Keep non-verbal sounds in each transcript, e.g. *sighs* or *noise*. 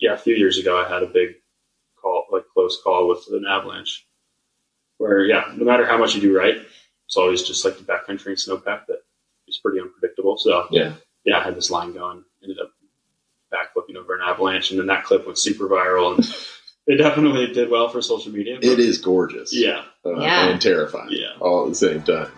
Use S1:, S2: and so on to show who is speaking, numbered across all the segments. S1: yeah, a few years ago, I had a big call, like close call with an avalanche, where yeah, no matter how much you do right, it's always just like the backcountry and snowpack that is pretty unpredictable. So
S2: Yeah.
S1: yeah, I had this line going, ended up backflipping over an avalanche, and then that clip went super viral,
S2: *laughs*
S1: and it definitely did well for social media. but-
S2: It is gorgeous.
S1: Yeah,
S2: Uh,
S3: Yeah.
S2: And terrifying.
S1: Yeah.
S2: All at the same time.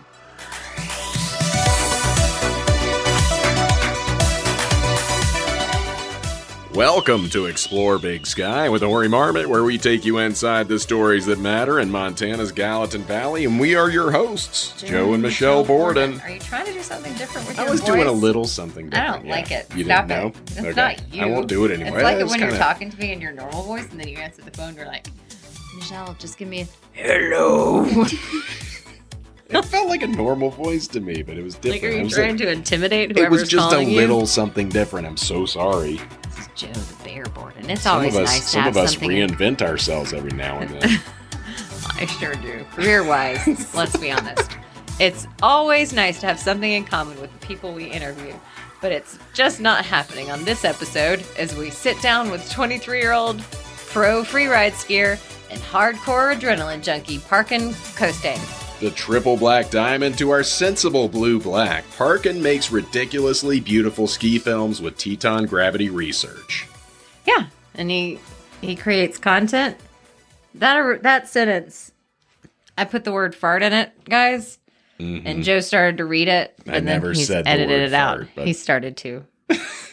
S4: Welcome to Explore Big Sky with Ori Marmot, where we take you inside the stories that matter in Montana's Gallatin Valley, and we are your hosts, Joe and Michelle Borden.
S3: Are you trying to do something different with
S4: I
S3: your
S4: was doing a
S3: voice?
S4: little something
S3: I
S4: different.
S3: don't like it.
S4: You didn't
S3: Stop
S4: know?
S3: it. It's not you.
S4: I won't do it anyway.
S3: It's like
S4: That
S3: it
S4: was
S3: when you're
S4: kinda-
S3: talking to me in your normal voice, and then you answer the phone. and You're like, Michelle, just give me a *laughs* hello.
S4: *laughs* It felt like a normal voice to me, but it was different.
S3: like, are
S4: I
S3: you
S4: was
S3: trying
S4: like,
S3: to intimidate
S4: it
S3: whoever's
S4: was just a
S3: calling
S4: little something different. I'm so sorry.
S3: You? This is Joe the Bear Borden. It's
S4: some
S3: always
S4: of us,
S3: nice to
S4: some
S3: have
S4: of us
S3: something.
S4: reinvent ourselves every now and
S3: *laughs*
S4: then.
S3: I sure do. Career wise, let's be honest. It's always nice to have something in common with the people we interview, but it's just not happening on this episode as we sit down with 23 year old pro freeride skier and hardcore adrenaline junkie Parkin Costain.
S4: The triple black diamond to our sensible blue black, Parkin makes ridiculously beautiful ski films with Teton Gravity Research.
S3: Yeah, and he he creates content. That that sentence, I put the word fart in it, guys. And Joe started to read it,
S4: Mm-hmm. I
S3: and then
S4: never
S3: he's
S4: said the
S3: edited
S4: word
S3: it out.
S4: fart, but-
S3: He started to.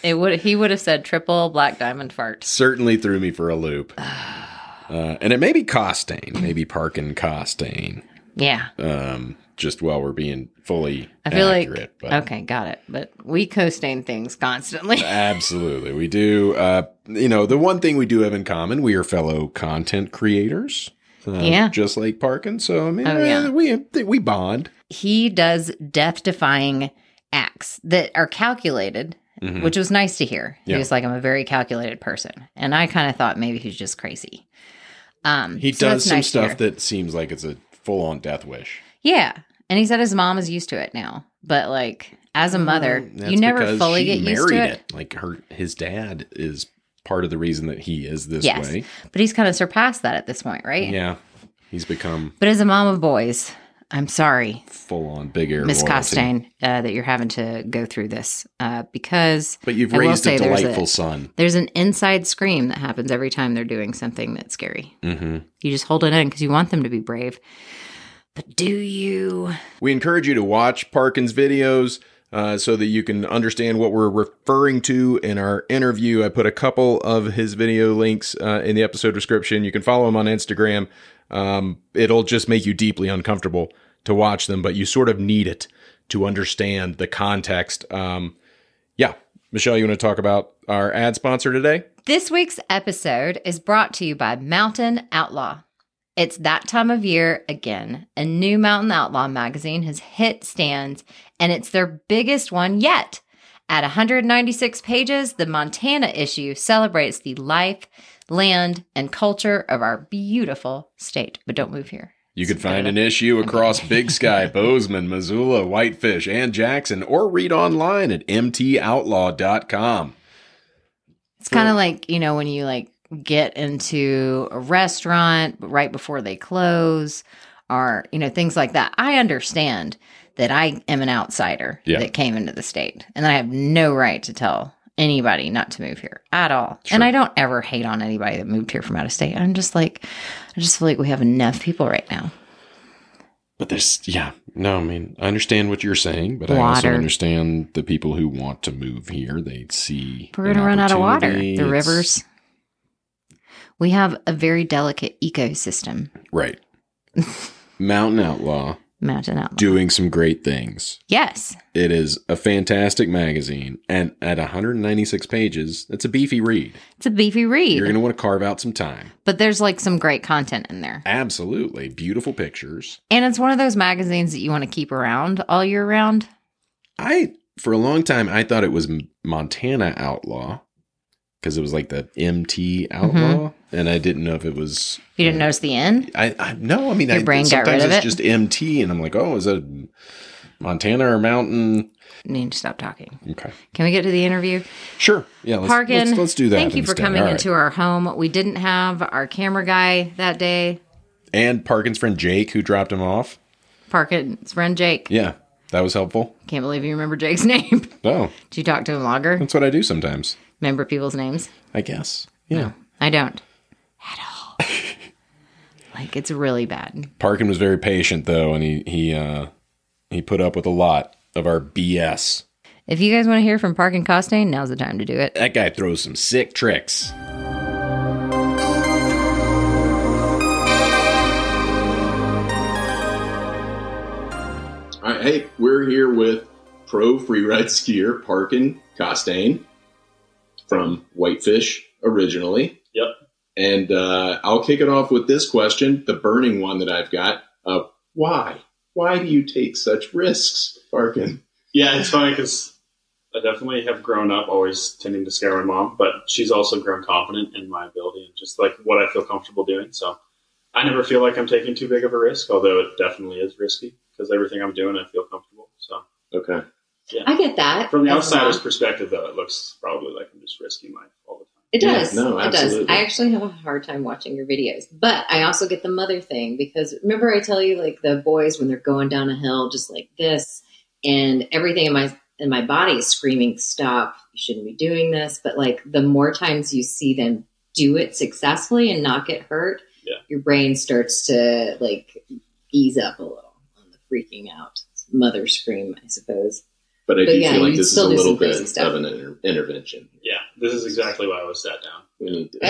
S3: it would he would have said triple black diamond fart.
S4: Certainly threw me for a
S3: *sighs*
S4: loop. Uh, and it may be Costain, maybe Parkin Costain,
S3: Yeah,
S4: um, just while we're being fully
S3: I feel
S4: accurate.
S3: like okay, got it. But we co-stain things constantly.
S4: Absolutely. We do. Uh, you know, the one thing we do have in common, we are fellow content creators. uh,
S3: Yeah.
S4: Just like Parkin. So, I mean,
S3: Oh,
S4: uh,
S3: yeah.
S4: we, we bond.
S3: he does death defying acts that are calculated,
S4: Mhm.
S3: which was nice to hear.
S4: Yeah.
S3: He was like, I'm a very calculated person. And I kind of thought maybe he's just crazy. Um,
S4: He
S3: so
S4: does
S3: that's
S4: some
S3: nice to
S4: stuff
S3: hear.
S4: that seems like it's a full on death wish.
S3: Yeah. And he said his mom is used to it now. But like, as a
S4: Um,
S3: mother, you never fully get used to it.
S4: Like her, his dad is part of the reason that he is this
S3: Yes.
S4: way.
S3: But he's kind of surpassed that at this point, right?
S4: Yeah, he's become
S3: But as a mom of boys, I'm sorry,
S4: full on big air.
S3: Miss
S4: royalty.
S3: Costain, uh, that you're having to go through this uh, because
S4: but you've
S3: I will
S4: raised a
S3: say there's a-
S4: delightful son.
S3: There's an inside scream that happens every time they're doing something that's scary.
S4: Mhm.
S3: You just hold it in because you want them to be brave. But do you?
S4: We encourage you to watch Parkin's videos uh, so that you can understand what we're referring to in our interview. I put a couple of his video links uh, in the episode description. You can follow him on Instagram. Um, it'll just make you deeply uncomfortable to watch them, but you sort of need it to understand the context. Um, yeah. Michelle, you want to talk about our ad sponsor today?
S3: This week's episode is brought to you by Mountain Outlaw. It's that time of year again. A new Mountain Outlaw magazine has hit stands, and it's their biggest one yet. At 196 pages, the Montana issue celebrates the life, land, and culture of our beautiful state. But don't move here.
S4: You can find an issue
S3: *laughs*
S4: across Big Sky, Bozeman, Missoula, Whitefish, and Jackson, or read online at mtoutlaw.com.
S3: It's kind of
S4: Hmm.
S3: like, you know, when you like get into a restaurant right before they close or, you know, things like that. I understand that I am an outsider
S4: Yeah.
S3: that came into the state and I have no right to tell anybody not to move here at all. And
S4: Sure.
S3: I don't ever hate on anybody that moved here from out of state. I'm just like, I just feel like we have enough people right now.
S4: But there's, yeah, no, I mean, I understand what you're saying, but I also
S3: Water.
S4: understand the people who want to move here. They see
S3: We're
S4: an
S3: going to run out of water.
S4: opportunity.
S3: The
S4: It's-
S3: rivers. We have a very delicate ecosystem, *laughs*
S4: right? Mountain Outlaw
S3: Mountain Outlaw.
S4: doing some great things.
S3: Yes.
S4: It is a fantastic magazine, and at 196 pages, that's a beefy read.
S3: It's a beefy read.
S4: You're going to want to carve out some time.
S3: but there's like some great content in there.
S4: Absolutely beautiful pictures.
S3: And it's one of those magazines that you want to keep around all year round.
S4: I for a long time I thought it was M- Montana Outlaw because it was like the MT Outlaw, and I didn't know if it was.
S3: You didn't notice the end?
S4: I, I no, I mean,
S3: Your
S4: I,
S3: brain got
S4: sometimes
S3: rid of
S4: it's
S3: it?
S4: just MT, and I'm like, oh, is that Montana or mountain?
S5: Need to stop talking.
S4: Okay.
S5: Can we get to the interview?
S4: Sure. Yeah. Let's,
S5: Parkin,
S4: let's, let's do that.
S5: Thank you for
S4: instead.
S5: coming
S4: All right.
S5: into our home. We didn't have our camera guy that day.
S4: And Parkin's friend Jake, who dropped him off.
S5: Parkin's friend Jake.
S4: Yeah. That was helpful.
S5: Can't believe you remember Jake's *laughs* name.
S4: Oh,
S5: Do you talk to him longer?
S4: that's what I do sometimes,
S5: Remember people's names?
S4: I guess. Yeah.
S5: I don't. At all. *laughs* like it's really bad.
S4: Parkin was very patient though, and he he uh, he put up with a lot of our BS.
S5: If you guys want to hear from Parkin Costain, now's the time to do it.
S4: That guy throws some sick tricks.
S6: All right, hey, we're here with pro freeride skier Parkin Costain from Whitefish originally.
S1: Yep.
S6: And uh, I'll kick it off with this question, the burning one that I've got. Uh, why? Why do you take such risks, Parkin?
S1: Yeah, it's funny because I definitely have grown up always tending to scare my mom, but she's also grown confident in my ability and just like what I feel comfortable doing. So I never feel like I'm taking too big of a risk, although it definitely is risky because everything I'm doing, I feel comfortable. So
S6: Okay.
S5: I get that.
S1: from the outsider's perspective, though, it looks probably like I'm just risking life all the time.
S3: It
S6: Yeah,
S3: does.
S6: no,
S3: it does.
S6: absolutely.
S3: I actually have a hard time watching your videos, but I also get the mother thing because remember I tell you like the boys when they're going down a hill just like this and everything in my in my body is screaming stop, you shouldn't be doing this, but like the more times you see them do it successfully and not get hurt,
S1: Yeah.
S3: your brain starts to like ease up a little on the freaking out mother scream, I
S6: *laughs*
S3: suppose. *laughs*
S6: But I
S3: But
S6: do
S3: yeah,
S6: feel like
S3: you
S6: this is
S3: still
S6: a
S3: do some
S6: little bit
S3: crazy stuff.
S6: of an inter- intervention.
S1: Yeah, this is exactly why I was sat down.
S6: We
S3: *laughs*
S6: need to.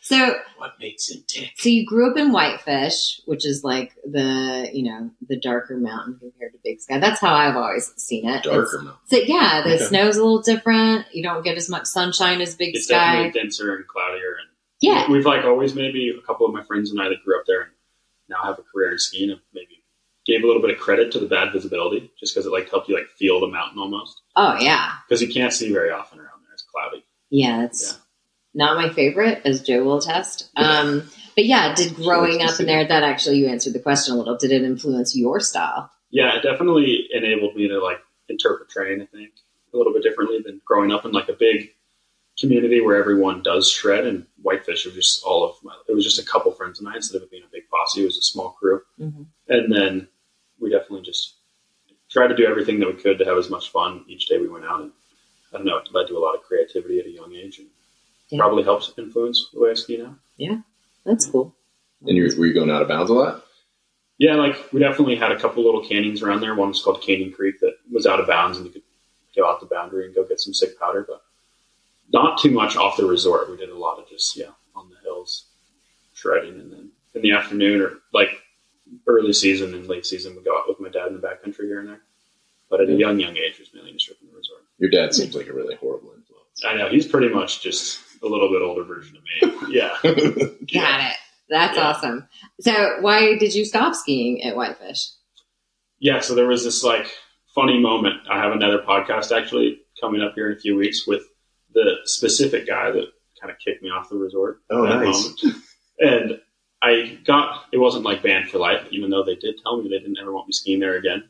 S3: so
S6: what makes him tick?
S3: So you grew up in Whitefish, which is like the you know the darker mountain compared to Big Sky. That's how I've always seen it.
S6: Darker mouth.
S3: It's- So yeah, the
S6: Okay.
S3: snow's a little different. You don't get as much sunshine as Big
S1: It's
S3: Sky.
S1: definitely denser and cloudier, and
S3: Yeah,
S1: we've like always maybe a couple of my friends and I that grew up there and now have a career in skiing and maybe gave a little bit of credit to the bad visibility just because it like helped you like feel the mountain almost
S3: Oh yeah,
S1: because you can't see very often around there. It's cloudy.
S3: yeah. It's
S1: Yeah.
S3: not my favorite, as Joe will attest. Um, but yeah, did growing
S6: likes to
S3: up in
S6: see
S3: there that actually you answered the question a little? Did it influence your style?
S1: Yeah, it definitely enabled me to like interpret terrain. I think a little bit differently than growing up in like a big community where everyone does shred and whitefish was just all of my. It was just a couple friends and I instead of it being a big posse. It was a small crew. and then we definitely just tried to do everything that we could to have as much fun each day we went out. And I don't know, it led to a lot of creativity at a young age, and
S3: Yeah.
S1: probably helps influence the way I ski now.
S3: That's cool.
S6: And you're, were you going out of bounds a lot?
S1: Yeah, like we definitely had a couple little canyons around there. One was called Canyon Creek that was out of bounds, and you could go out the boundary and go get some sick powder, but not too much off the resort. We did a lot of just yeah on the hills, shredding, and then in the afternoon or like early season and late season, we go out with my dad in the backcountry here and there. But at a young young age, it was mainly just ripping the resort.
S6: Your dad seems like a really horrible influence.
S1: I know he's pretty much just a little bit older version of me. Yeah.
S3: Got it. That's
S1: Yeah.
S3: awesome. So why did you stop skiing at Whitefish?
S1: yeah, so there was this like funny moment. I have another podcast actually coming up here in a few weeks with the specific guy that kind of kicked me off the resort.
S6: Oh,
S1: at that
S6: nice.
S1: moment. And I got it wasn't like banned for life, even though they did tell me they didn't ever want me skiing there again.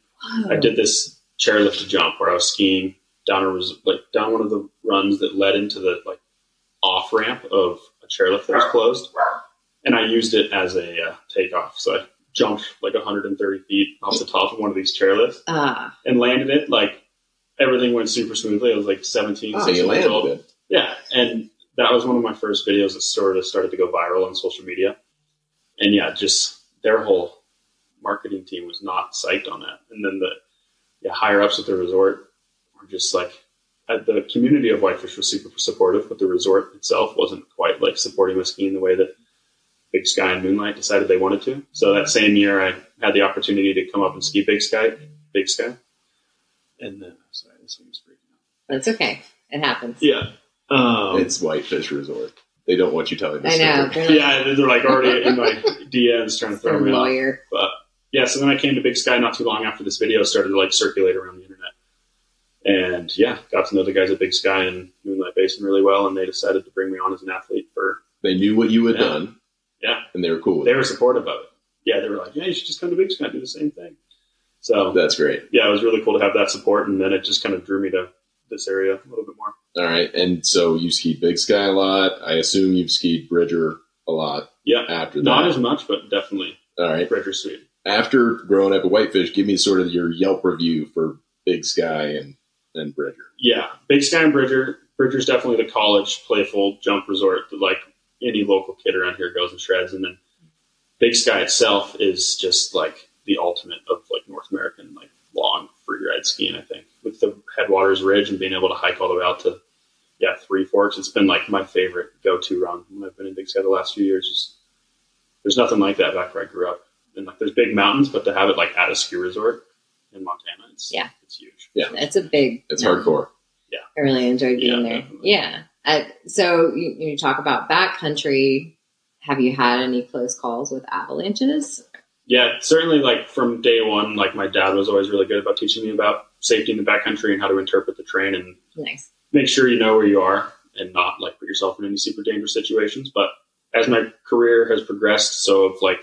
S1: I did this chairlift jump where I was skiing down a res- like down one of the runs that led into the like off ramp of a chairlift that was closed, and I used it as a uh, takeoff. So I jumped like 130 feet off the top of one of these chairlifts
S3: Ah,
S1: and landed it. Like everything went super smoothly. I was like 17,
S6: Oh,
S1: 16
S6: you
S1: years old.
S6: landed it.
S1: Yeah, and that was one of my first videos that sort of started to go viral on social media. And yeah, just their whole marketing team was not psyched on that. And then the yeah, higher ups at the resort were just like, uh, the community of Whitefish was super supportive, but the resort itself wasn't quite like supporting my skiing the way that Big Sky and Moonlight decided they wanted to. So that same year, I had the opportunity to come up and ski Big Sky, Big Sky. And then, sorry, this thing is freaking out.
S3: that's okay. It happens.
S1: Yeah. Um,
S6: It's Whitefish Resort. They don't want you telling this
S3: Oh. I know.
S6: story.
S3: They're like,
S1: yeah, they're like already in my DMs trying to
S3: they're
S1: throw me off.
S3: lawyer.
S1: Yeah, so then I came to Big Sky not too long after this video started to like circulate around the internet. And yeah, got to know the guys at Big Sky and Moonlight Basin really well, and they decided to bring me on as an athlete for
S6: They knew what you had
S1: Yeah.
S6: done.
S1: Yeah.
S6: And they were cool with
S1: they
S6: it.
S1: were supportive of it. Yeah, they were like, Yeah, you should just come to Big Sky, do the same thing. So
S6: That's great.
S1: yeah, it was really cool to have that support, and then it just kind of drew me to this area a little bit more.
S6: All right. And so you skied Big Sky a lot. I assume you've skied Bridger a lot
S1: Yeah,
S6: after that.
S1: not as much, but definitely
S6: All right.
S1: Bridger Sweet.
S6: After growing up at Whitefish, give me sort of your Yelp review for Big Sky and, and Bridger.
S1: Yeah, Big Sky and Bridger. Bridger's definitely the college playful jump resort that like any local kid around here goes and shreds, and then Big Sky itself is just like the ultimate of like North American like long free ride skiing. I think with the Headwaters Ridge and being able to hike all the way out to yeah Three Forks, it's been like my favorite go to run when I've been in Big Sky the last few years. Just, there's nothing like that back where I grew up, and like there's big mountains, but to have it like at a ski resort in Montana, it's
S3: Yeah.
S1: it's huge.
S3: That's a big.
S6: It's hardcore.
S3: I really enjoyed
S1: Yeah,
S3: being there.
S1: definitely.
S3: Yeah. I, so you, you talk about backcountry. Have you had any close calls with avalanches?
S1: Yeah, certainly. Like from day one, like my dad was always really good about teaching me about safety in the backcountry and how to interpret the terrain and
S3: Nice.
S1: make sure you know where you are and not like put yourself in any super dangerous situations. But as my career has progressed, so of like,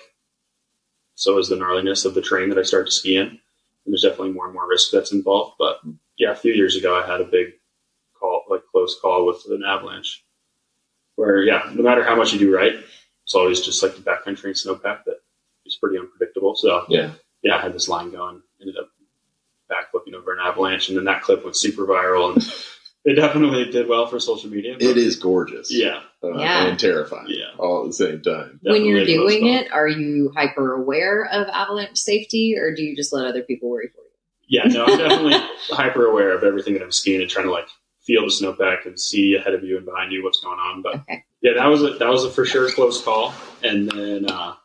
S1: so is the gnarliness of the terrain that I start to ski in. And there's definitely more and more risk that's involved. But yeah, a few years ago, I had a big call, like close call with an avalanche, where yeah, no matter how much you do right, it's always just like the backcountry and snowpack that is pretty unpredictable. So
S6: Yeah.
S1: yeah, I had this line going, ended up backflipping over an avalanche, and then that clip went super viral,
S6: *laughs*
S1: and it definitely did well for social media. but-
S6: It is gorgeous.
S1: yeah,
S6: Uh,
S3: Yeah.
S6: And terrifying.
S1: Yeah.
S6: All at the same time.
S3: when you're
S1: definitely close
S3: doing
S1: call.
S3: it, are you hyper aware of avalanche safety or do you just let other people worry for you?
S1: Yeah, no, I'm definitely *laughs* hyper aware of everything that I'm skiing and trying to like feel the snowpack and see ahead of you and behind you what's going on. But
S3: Okay.
S1: yeah, that was a, that was a for sure close call, and then uh,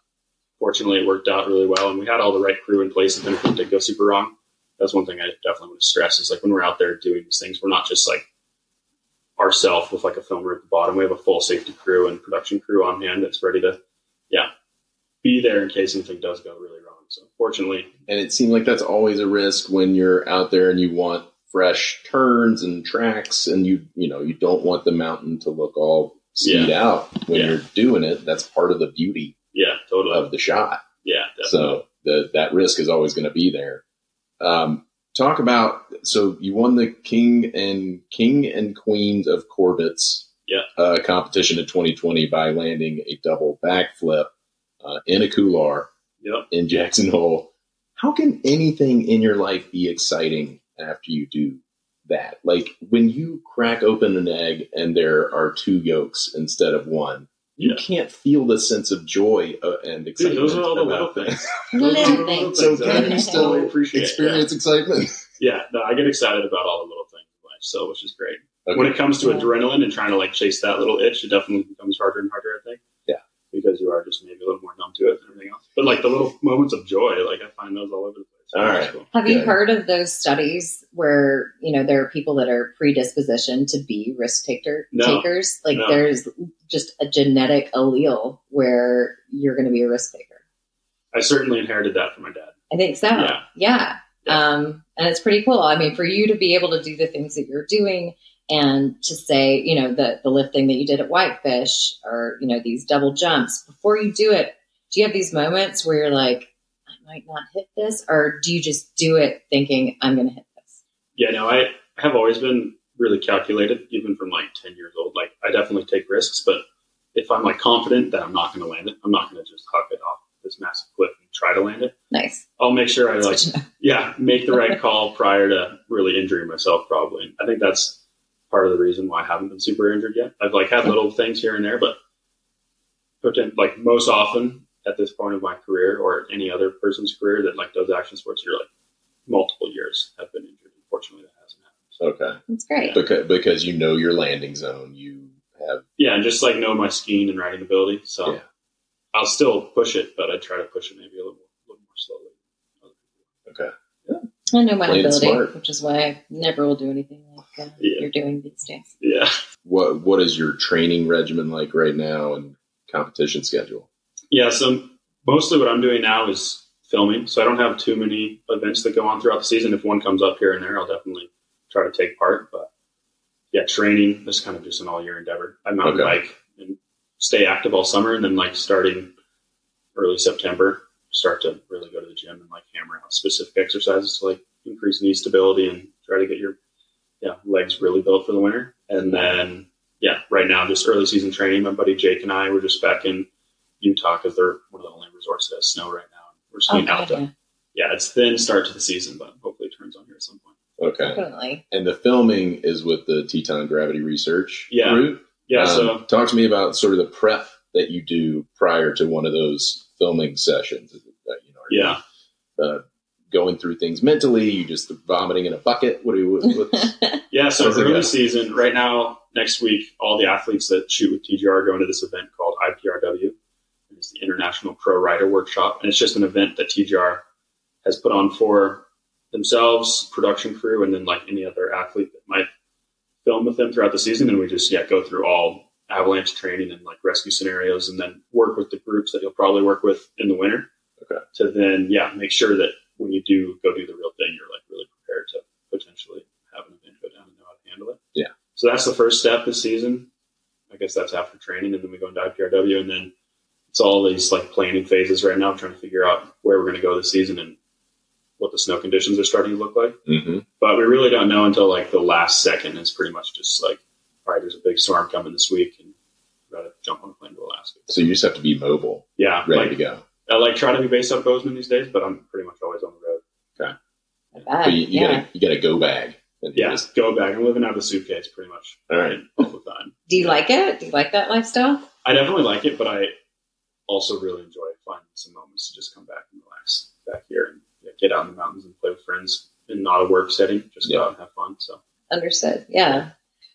S1: fortunately it worked out really well, and we had all the right crew in place if anything did go super wrong. That's one thing I definitely want to stress is like when we're out there doing these things, we're not just like ourself with like a filmer at the bottom. We have a full safety crew and production crew on hand that's ready to, yeah, be there in case anything does go really wrong. So fortunately,
S6: And it seemed like that's always a risk when you're out there and you want fresh turns and tracks and you you know you don't want the mountain to look all skied out when
S1: Yeah.
S6: you're doing it. That's part of the beauty
S1: yeah, totally,
S6: of the shot.
S1: yeah, definitely.
S6: Uh, So the, that risk is always going to be there. Um, talk about so you won the King and King and Queens of Corbett's
S1: Yeah.
S6: uh, competition in 2020 by landing a double backflip uh, in a couloir
S1: Yep.
S6: in Jackson Hole. How can anything in your life be exciting after you do that? Like when you crack open an egg and there are two yolks instead of one, you
S1: Yeah.
S6: can't feel the sense of joy uh, and
S1: Dude,
S6: excitement.
S1: those are all the little
S6: about that.
S1: things.
S3: Little things.
S6: So
S1: that I
S6: can you still
S1: totally appreciate?
S6: Experience excitement.
S1: Yeah, yeah no, I get excited about all the little things in life, so which is great.
S6: Okay.
S1: When it comes to
S3: Yeah.
S1: adrenaline and trying to like chase that little itch, it definitely becomes harder and harder. I think.
S6: Yeah.
S1: Because you are just maybe a little more numb to it than everything else. But like the little moments of joy, like I find those all over the place.
S6: All
S1: That's
S6: right.
S1: cool.
S3: Have you
S6: Good.
S3: heard of those studies where you know there are people that are predispositioned to be risk taker
S1: No.
S3: takers? Like
S1: No.
S3: there's just a genetic allele where you're going to be a risk taker.
S1: I certainly inherited that from my dad.
S3: I think so.
S1: Yeah.
S3: Yeah.
S1: Yeah.
S3: Um, and it's pretty cool. I mean, for you to be able to do the things that you're doing and to say, you know, the, the lifting that you did at Whitefish or, you know, these double jumps before you do it, do you have these moments where you're like, I might not hit this? Or do you just do it thinking, I'm going to hit this?
S1: Yeah, no, I have always been really calculated, even from like ten years old. Like I definitely take risks, but if I'm like confident that I'm not going to land it, I'm not going to just huck it off this massive cliff and try to land it.
S3: Nice.
S1: I'll make sure I
S3: That's
S1: like
S3: what you know.
S1: yeah, make the right call prior to really injuring myself. Probably, I think that's part of the reason why I haven't been super injured yet. I've like had little things here and there, but potent- like most often at this point of my career or any other person's career that like does action sports, you're like multiple years have been injured. Unfortunately, that hasn't happened. So,
S6: Okay.
S3: *laughs* That's great.
S6: Because because you know your landing zone, you have
S1: yeah, and just like know my skiing and riding ability, so
S6: Yeah.
S1: I'll still push it, but I try to push it maybe a little, little more slowly.
S6: okay.
S3: I know my
S6: Playing
S3: ability,
S6: smart.
S3: which is why I never will do anything like uh,
S1: Yeah.
S3: you're doing these days.
S1: Yeah.
S6: What what is your training regimen like right now and competition schedule?
S1: Yeah, so mostly what I'm doing now is filming. So I don't have too many events that go on throughout the season. If one comes up here and there, I'll definitely try to take part. But yeah, training is kind of just an all year endeavor. I mountain
S6: Okay.
S1: bike and stay active all summer, and then like starting early September, start to really go to the gym and like hammer out specific exercises to like increase knee stability and try to get your yeah, legs really built for the winter. And then yeah, right now just early season training. My buddy Jake and I were just back in Utah because they're one of the only resorts that has snow right now. We're skiing
S3: God,
S1: out there.
S3: Oh, yeah,
S1: Yeah, it's thin start to the season, but hopefully it turns on here at some point.
S6: Okay.
S3: definitely.
S6: And the filming is with the Teton Gravity Research
S1: Yeah.
S6: group.
S1: Yeah,
S6: Um,
S1: so
S6: talk to me about sort of the prep that you do prior to one of those filming sessions. Is it, uh, you know, are you,
S1: Yeah.
S6: uh, going through things mentally, you just vomiting in a bucket. What do you?
S3: *laughs*
S6: What, what's-
S1: Yeah, so
S6: Sounds like
S1: early
S6: a-
S1: season, right now, next week, all the athletes that shoot with TGR go into this event called IPRW. It's the International Pro Rider Workshop. And it's just an event that TGR has put on for themselves, production crew, and then like any other athlete that might film with them throughout the season. And we just, yeah, go through all avalanche training and like rescue scenarios and then work with the groups that you'll probably work with in the winter.
S6: Okay.
S1: To then, yeah, make sure that when you do go do the real thing, you're like really prepared to potentially have an event go down and know how to handle it.
S6: Yeah.
S1: So that's the first step this season. I guess that's after training, and then we go into IPRW, and then it's all these like planning phases right now. I'm trying to figure out where we're going to go this season and what the snow conditions are starting to look like.
S6: Mhm.
S1: But we really don't know until like the last second. It's pretty much just like, all right, there's a big storm coming this week, and we gotta jump on a plane to Alaska.
S6: So you just have to be mobile,
S1: Yeah,
S6: ready to
S1: like
S6: go.
S1: I like try to be based out of Bozeman these days, but I'm pretty much always on the road.
S3: I bet.
S6: But you, you
S3: Uh, yeah.
S6: gotta you gotta go bag. And
S1: Yeah,
S6: just-
S1: just go back. I'm living out of a suitcase pretty much
S6: all right.
S1: all the time.
S3: Do you like it? Do you like that lifestyle?
S1: I definitely like it, but I also really enjoy finding some moments to just come back and relax back here and yeah, get out in the mountains and play with friends in not a work setting, just
S6: Yeah.
S1: go out and have fun. So
S3: Understood. Yeah.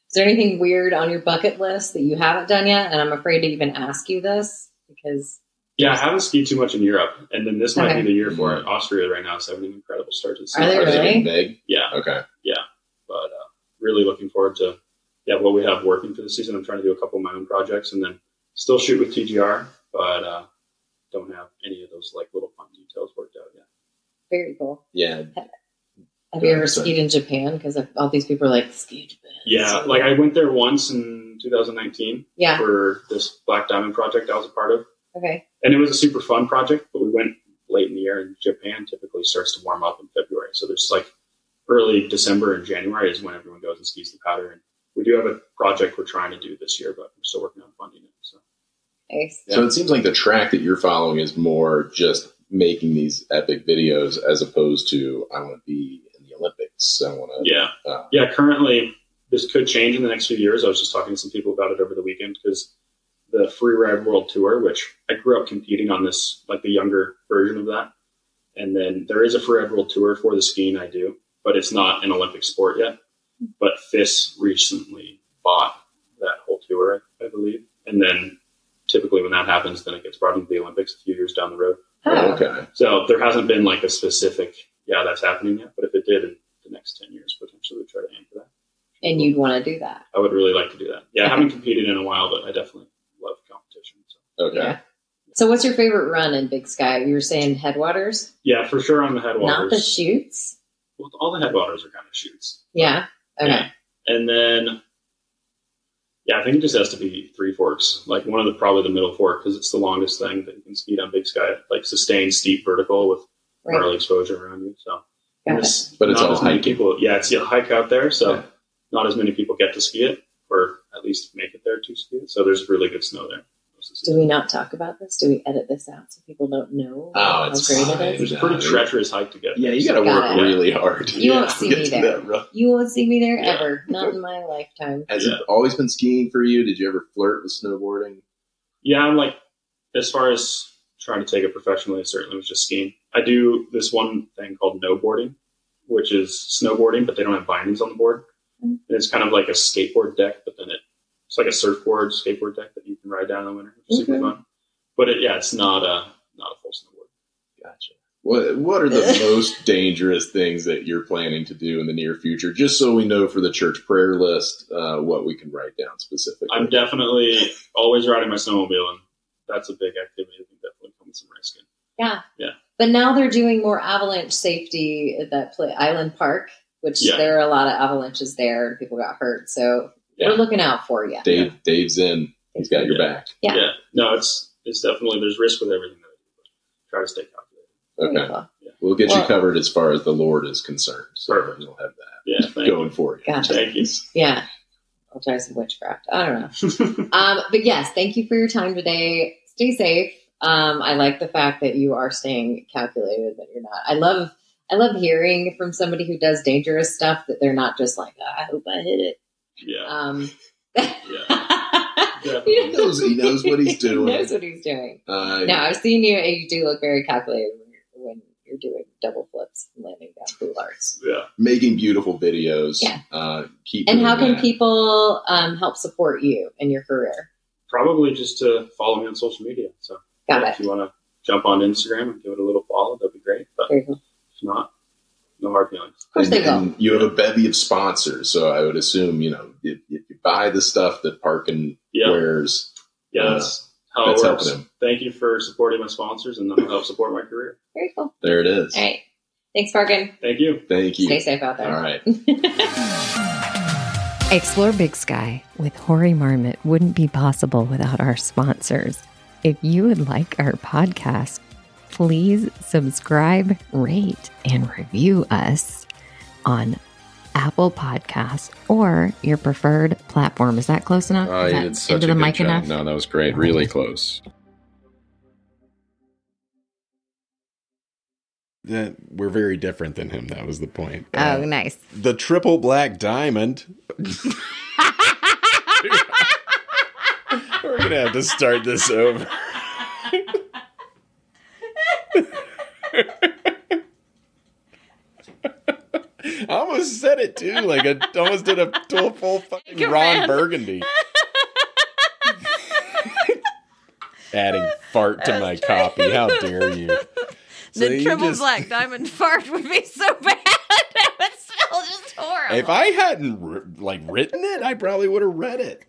S3: Is there anything weird on your bucket list that you haven't done yet? And I'm afraid to even ask you this because
S1: yeah, I haven't skied too much in Europe, and then this might
S3: Okay.
S1: be the year for it. Austria right now is having an incredible start to the
S3: Are
S1: season.
S3: they
S6: Are they
S3: really?
S6: getting big?
S1: Yeah,
S6: Okay.
S1: but uh, really looking forward to yeah what we have working for the season. I'm trying to do a couple of my own projects and then still shoot with TGR, but uh, don't have any of those like little fun details worked out yet.
S3: very cool.
S6: Yeah.
S3: Have you ever
S6: Understood.
S3: skied in Japan? Because all these people are like, ski Japan.
S1: Yeah, like I went there once in 2019.
S3: yeah.
S1: for this Black Diamond project I was a part of.
S3: Okay.
S1: And it was a super fun project, but we went late in the year, and Japan typically starts to warm up in February. So there's like early December and January is when everyone goes and skis the powder. And we do have a project we're trying to do this year, but we're still working on funding it. So
S3: Nice.
S6: So it seems like the track that you're following is more just making these epic videos as opposed to I want to be in the Olympics. I want to.
S1: yeah,
S6: Uh,
S1: yeah, currently this could change in the next few years. I was just talking to some people about it over the weekend because the Free Ride World Tour, which I grew up competing on this, like the younger version of that. And then there is a Free Ride World Tour for the skiing I do, but it's not an Olympic sport yet. But FIS recently bought that whole tour, I believe. And then typically when that happens, then it gets brought into the Olympics a few years down the road.
S3: Oh,
S6: Okay.
S1: So there hasn't been like a specific, yeah, that's happening yet. But if it did in the next 10 years, potentially we try to aim for that.
S3: And you'd want to do that.
S1: I would really like to do that. Yeah, I haven't competed in a while, but I definitely love competition. So.
S6: Okay.
S3: Yeah. So, what's your favorite run in Big Sky? You were saying headwaters,
S1: Yeah, for sure on the
S3: not the
S1: headwaters.
S3: chutes.
S1: well, all the headwaters are kind of shoots.
S3: Yeah. Okay.
S1: Yeah. And then, yeah, I think it just has to be three forks. Like one of the probably the middle fork because it's the longest thing that you can ski down Big Sky, like sustained steep vertical with
S3: Right.
S1: gnarly exposure around you. So,
S3: Got it.
S1: it's
S6: But it's
S1: not
S6: all
S1: as many
S6: hiking.
S1: People, yeah, it's a hike out there, so
S6: Yeah.
S1: not as many people get to ski it or at least make it there to ski it. So there's really good snow there.
S3: Do we not talk about this? Do we edit this out so people don't know
S1: Uh,
S6: Oh, it's
S3: how great
S6: fine.
S3: it is?
S1: It's a pretty treacherous hike to get.
S6: Yeah, you got to
S3: Got
S6: work
S3: it.
S6: really hard.
S3: You won't
S6: to
S3: see
S6: get
S3: me
S6: to
S3: there.
S6: that row.
S3: You won't see me there
S1: Yeah.
S3: ever. Not in my lifetime.
S6: Has
S1: Yeah.
S6: it always been skiing for you? Did you ever flirt with snowboarding?
S1: Yeah, I'm like, as far as trying to take it professionally, I certainly was just skiing. I do this one thing called no boarding, which is snowboarding, but they don't have bindings on the board. And it's kind of like a skateboard deck, but then it, it's like a surfboard skateboard deck that you can ride down in the winter, which is
S3: Okay.
S1: super fun. But it, yeah, it's not a, not a full snowboard.
S6: Gotcha. What What
S3: *laughs*
S6: are the most dangerous things that you're planning to do in the near future? Just so we know for the church prayer list, uh, what we can write down specifically.
S1: I'm definitely always riding my snowmobile, and that's a big activity that can definitely come with some risk. in.
S3: Yeah.
S1: Yeah.
S3: But now they're doing more avalanche safety at that play, Island Park, which
S1: Yeah.
S3: there are a lot of avalanches there and people got hurt. So
S6: Yeah.
S3: we're looking out for you.
S6: Dave. Dave's in. He's got your
S1: Yeah.
S6: back.
S3: Yeah.
S1: No, it's, it's definitely, there's risk with everything that I do, but try to stay calculated.
S6: Okay.
S3: Cool.
S6: We'll get you
S3: Well-
S6: covered as far as the Lord is concerned. So
S1: Perfect.
S6: you'll have that
S1: Yeah, thank you.
S6: going for you.
S3: Gotcha.
S1: Thank you.
S3: Yeah. I'll try some witchcraft. I don't know.
S6: *laughs*
S3: Um, but yes, thank you for your time today. Stay safe. Um, I like the fact that you are staying calculated, that you're not. I love I love hearing from somebody who does dangerous stuff that they're not just like, "Ah, I hope I hit it.
S1: yeah,
S3: Um, *laughs*
S1: yeah,
S3: He
S1: definitely.
S3: *laughs*
S6: knows- *laughs* he knows what he's doing.
S3: He knows what he's doing.
S6: Uh,
S3: No, I've seen you. and You do look very calculated when you're, when you're doing double flips and landing down boulards.
S1: Yeah.
S6: Making beautiful videos.
S3: Yeah.
S6: Uh, keep
S3: And
S6: doing
S3: how can
S6: that.
S3: people um, help support you in your career?
S1: Probably just to follow me on social media. So
S3: Got
S1: yeah,
S3: it.
S1: if you want to jump on Instagram and give it a little follow, that'd be great. But
S3: Very cool. Of
S1: if not, no hard feelings.
S3: course they
S6: and,
S3: will.
S6: and you have a bevy of sponsors, so I would assume you know if, if you buy the stuff that Parkin
S1: Yeah,
S6: wears,
S1: yeah, that's how
S4: Oh,
S6: uh, that's
S1: it
S6: helping
S1: works.
S6: him.
S1: Thank you for supporting my sponsors, and that'll help support my career.
S3: Very cool.
S6: There it is.
S3: All right. Thanks, Parkin.
S1: Thank you.
S6: Thank you.
S3: Stay safe out there.
S6: All right.
S5: Explore Big Sky with Hori Marmot wouldn't be possible without our sponsors. If you would like our podcast, please subscribe, rate, and review us on Apple Podcasts or your preferred platform. Is that close enough?
S4: Oh,
S5: Is
S4: you
S5: that
S4: did such
S5: into
S4: a
S5: the
S4: good
S5: mic
S4: job.
S5: enough?
S4: No, that was great. Really close. That we're very different than him. That was the point.
S5: Oh,
S4: Uh,
S5: nice.
S4: the triple black diamond. *laughs* we're gonna have to start this over. *laughs* I almost said it too. Like I almost did a full, full fucking
S7: *laughs*
S4: Ron Burgundy. Adding fart to my copy. How dare
S7: *laughs*
S4: you? So
S7: the
S4: you
S7: triple
S4: just-
S7: black diamond *laughs* fart would be so bad. *laughs* it would still just horrible.
S4: If I hadn't wr- like written it, I probably would have read it.